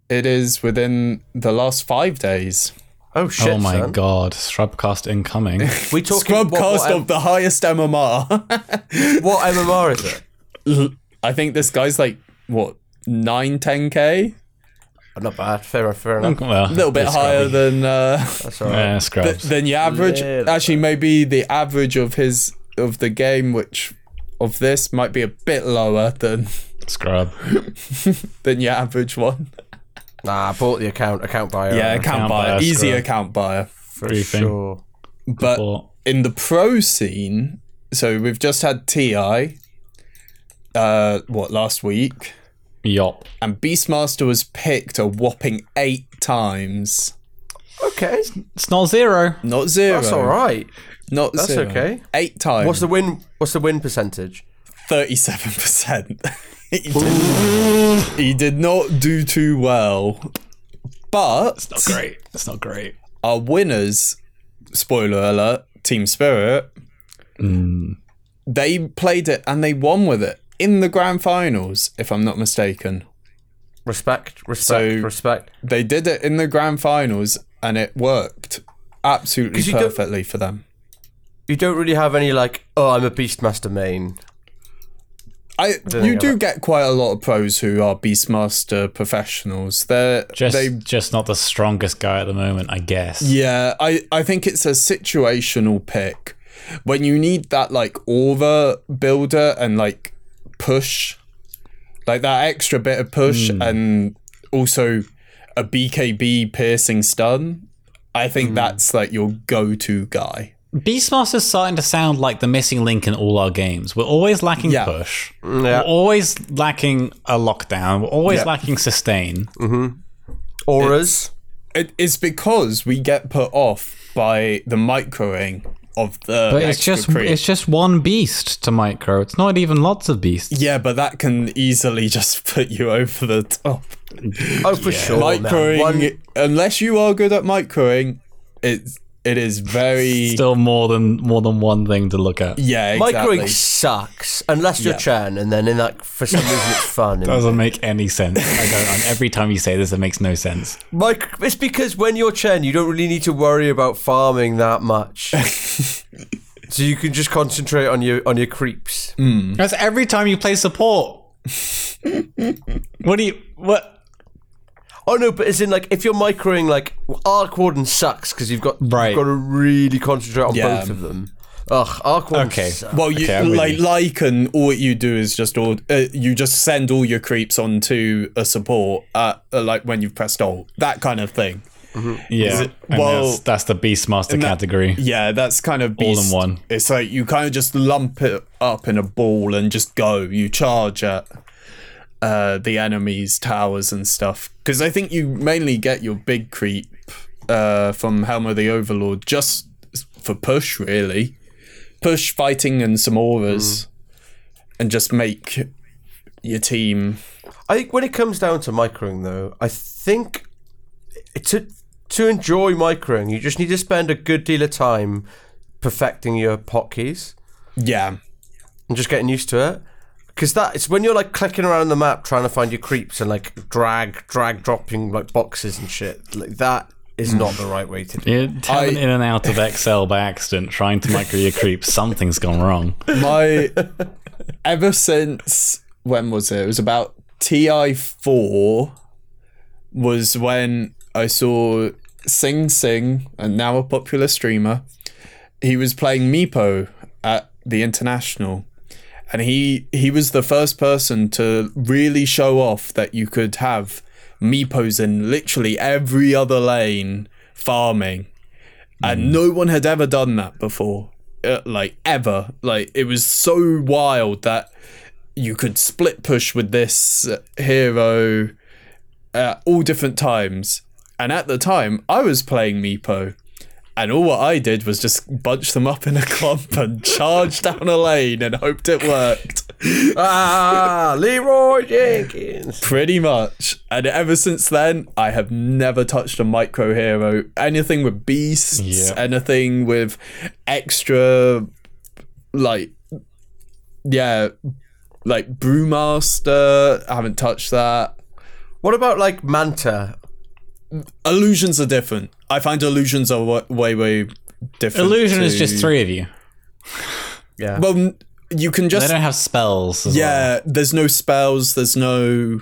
It is within the last five days. Oh shit! oh my son. god, Shrubcast [laughs] incoming. [laughs] We talking Scrubcast what, what, of the highest [laughs] MMR. what MMR is it? I think this guy's like what nine ten k, Oh, not bad. Fair enough. Fair enough. well, a little bit higher than uh, That's all right. Yeah, scrubs. than your average. Little Actually, maybe the average of his of the game, which of this might be a bit lower than [laughs] Scrub. than your average one. Nah, I bought the account. Account buyer. Yeah, account, account buyer, buyer, easy screw. account buyer. for briefing. sure. But Well, in the pro scene, so we've just had Ti, uh, what last week, yop. and Beastmaster was picked a whopping eight times. Okay, It's not zero. Not zero. that's all right. Not That's zero. okay. Eight times. What's the win? What's the win percentage? thirty-seven percent. [laughs] He did, he did not do too well, but It's not great. It's not great. our winners, spoiler alert, Team Spirit, they played it and they won with it in the grand finals, if I'm not mistaken. Respect, respect, So- respect. They did it in the grand finals and it worked absolutely 'Cause you don't- perfectly for them. You don't really have any like, oh, I'm a Beastmaster main. I think you I do get quite a lot of pros who are Beastmaster professionals. They're Just, they just not the strongest guy at the moment, I guess. Yeah, I, I think it's a situational pick. When you need that like aura builder and like push, like that extra bit of push Hmm. and also a BKB piercing stun, I Hmm. think that's like your go to guy. Beastmaster's starting to sound like the missing link in all our games. We're always lacking Yeah. push. Yeah. We're always lacking a lockdown. We're always Yeah. Mm, lacking sustain. Auras. It, it's because we get put off by the microing of the But it's extra just creep. it's just one beast to micro. It's not even lots of beasts. yeah, but that can easily [laughs] just put you over the top. oh, for sure. man. microing One- unless you are good at microing it's it is very Still more than more than one thing to look at. yeah exactly microing sucks unless you're Chen, and then in that for some reason [laughs] it's fun. And Doesn't make any sense. I don't. Every time you say this, it makes no sense. Mic- it's because when you're Chen, you don't really need to worry about farming that [laughs] much. so you can just concentrate on your on your creeps. That's every time you play [laughs] support. what do you? What? Oh no, but as in like if you're microing like arc warden sucks because you've got Right. you've got to really concentrate on Yeah. both of them. Ugh, arc warden. Okay. sucks. well you Okay, I'm with like lycan all you do is just all uh, you just send all your creeps onto a support uh, uh, like when you've pressed alt that kind of thing Yeah. it- and well, that's, that's the Beastmaster category. yeah that's kind of in beast. one. it's like you kind of just lump it up in a ball and just go you charge at uh, the enemy's towers and stuff because i think you mainly get your big creep uh, from Helma the Overlord just for push, really. Push, fighting, and some auras. Mm. And just make your team. I think when it comes down to microing, though, I think to to enjoy microing, you just need to spend a good deal of time perfecting your hotkeys Yeah. and just getting used to it. Because that it's when you're like clicking around the map trying to find your creeps and like drag, drag dropping like boxes and shit. Like that is not the right way to do. it. You're tapping in and out of Excel by accident, trying to micro your creep. Something's gone wrong. My ever since when was it? It was about TI four was when I saw Sing Sing and now a popular streamer. He was playing Meepo at the international. And he he was the first person to really show off that you could have Meepos in literally every other lane farming and no one had ever done that before uh, like ever like it was so wild that you could split push with this uh, hero at all different times and at the time i was playing meepo and all what i did was just bunch them up in a clump and [laughs] charge down a lane and hoped it worked [laughs] Ah, Leroy Jenkins. pretty much and ever since then i have never touched a micro hero anything with beasts Yeah. anything with extra like yeah like brewmaster i haven't touched that What about like Manta? illusions are different i find illusions are wa- way way different Illusion is to- just three of you. Yeah. well n- you can They just don't have spells. as well. yeah there's no spells there's no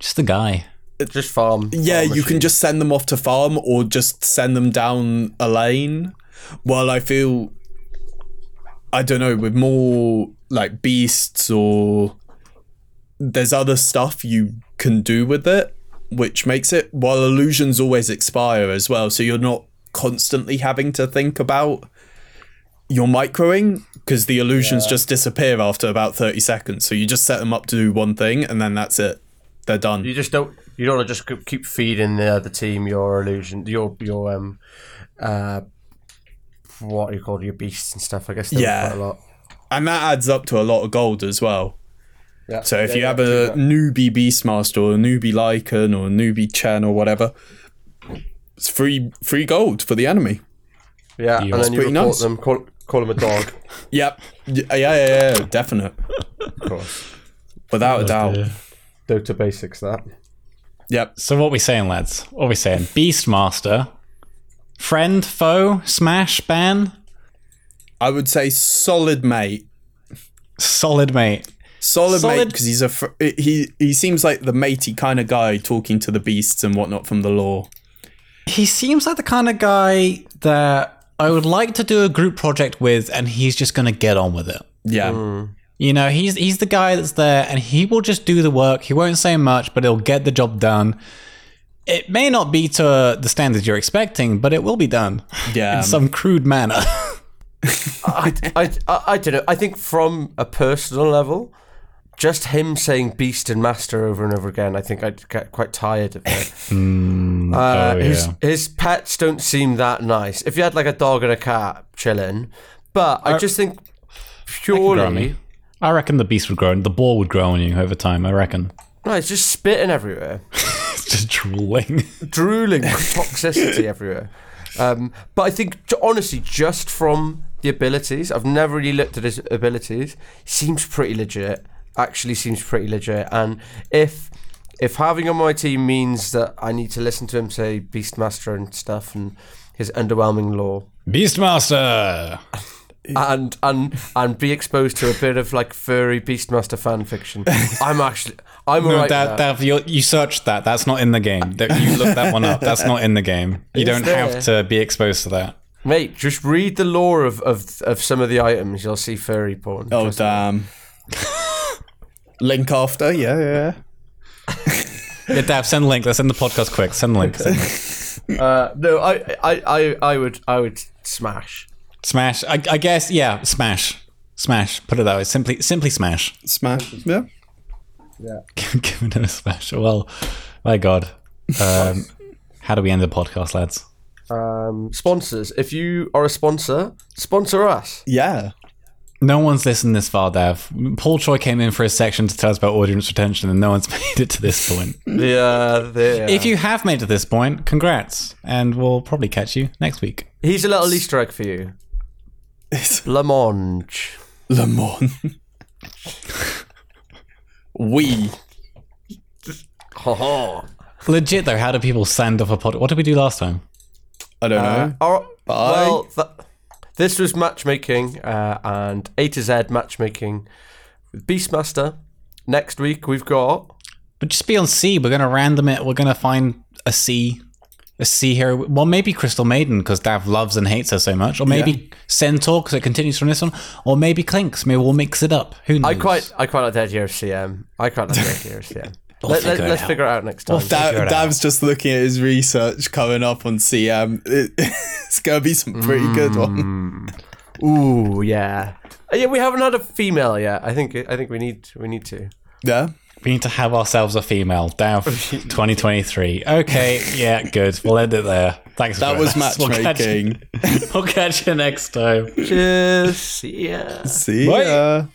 just the guy. just farm. Yeah, farm you machine. can just send them off to farm or just send them down a lane. Well, I feel I don't know, with more like beasts or there's other stuff you can do with it, which makes it while illusions always expire as well, so you're not constantly having to think about your microing because the illusions just disappear after about 30 seconds. So you just set them up to do one thing and then that's it. They're done. You just don't. You don't want to just keep- keep feeding the other team your illusion, your your um, uh, what do you call it, your beasts and stuff. I guess they were Yeah. quite a lot. and that adds up to a lot of gold as well. Yeah. So if you have a newbie Beastmaster or a newbie Lycan or a newbie Chen or whatever, it's free free gold for the enemy. yeah, and That's then you pretty report nice. them, call call them a dog. Yep. Y- Yeah, yeah, yeah, yeah, definite, of course, [laughs] without Oh, a doubt. Dota basics. That Yep. So what we saying, lads? What we saying? Beastmaster, friend, foe, smash, ban, I would say solid mate, solid mate. solid, mate Solid- because he's a fr- he he seems like the matey kind of guy talking to the beasts and whatnot from the law. He seems like the kind of guy that I would like to do a group project with, and he's just gonna get on with it. Yeah. Hmm. You know, he's he's the guy that's there, and he will just do the work. He won't say much, but he'll get the job done. It may not be to uh, the standards you're expecting, but it will be [laughs] done Yeah. in some crude manner. I, I, I, I don't know. I think from a personal level, just him saying beast and master over and over again, I think I'd get quite tired of it. uh, [laughs] oh, his, yeah. his pets don't seem that nice. If you had like a dog and a cat chilling, but I, just think grow on purely, me. I reckon the beast would grow, and the boar would grow on you over time. I reckon. no, it's just spitting everywhere. It's [laughs] just drooling. drooling [laughs] with toxicity everywhere. Um, but I think, j- honestly, just from the abilities, I've never really looked at his abilities. Seems pretty legit. Actually, seems pretty legit. And if if having him on my team means that I need to listen to him say Beastmaster and stuff and his underwhelming lore, Beastmaster. and and and be exposed to a bit of like furry Beastmaster fan [laughs] fiction, I'm actually I'm No, alright. that, with that. that you, you searched that. That's not in the game. That- You looked that one up. That's not in the game. You don't have to be exposed to that. Mate, just read the lore of, of of some of the items. You'll see furry porn. [laughs] Oh damn. Link after. Yeah, yeah, yeah. Yeah, Dav, send a link. Let's send the podcast quick. Send a link. Send a link. Uh, no, I, I, I, I would, I would smash. Smash. I, I guess. Yeah. Smash. Smash. Put it that way. Simply. Simply smash. [laughs] Smash. Yeah. Giving him a smash. Well, my God. Um, how do we end the podcast, lads? Um, sponsors, if you are a sponsor, sponsor us. Yeah. No one's listened this far, Dev. Paul Troy came in for his section to tell us about audience retention, and no one's [laughs] made it to this point. Yeah, there. If you have made it to this point, congrats, and we'll probably catch you next week. Here's uh, a little Easter egg for you. Lamonge. Le Mans. we. Ha ha. Legit though, how do people send off a pod? What did we do last time? I don't know. Or- Bye. Well, th- this was matchmaking uh, and A to Z matchmaking with Beastmaster. Next week we've got But just be on C. We're gonna random it. We're gonna find a C, a C hero. Well, maybe Crystal Maiden because Dav loves and hates her so much, or maybe Centaur because it continues from this one, or maybe Clinks. Maybe we'll mix it up. Who knows? I quite I quite like the idea of CM. I quite like the idea of CM. We'll Let, figure it us out. figure it out next time. Da- it Dav's just looking at his research coming up on CM. It- [laughs] it's gonna be some pretty good one. Ooh, yeah. Uh, Yeah, we haven't had a female yet. I think I think we need we need to. Yeah. We need to have ourselves a female. Dav, 2023. Okay, yeah, good. We'll end it there. Thanks. That for [laughs] was joining us. We'll catch you- matchmaking. we'll catch you next time. Cheers. See ya. See Bye. ya.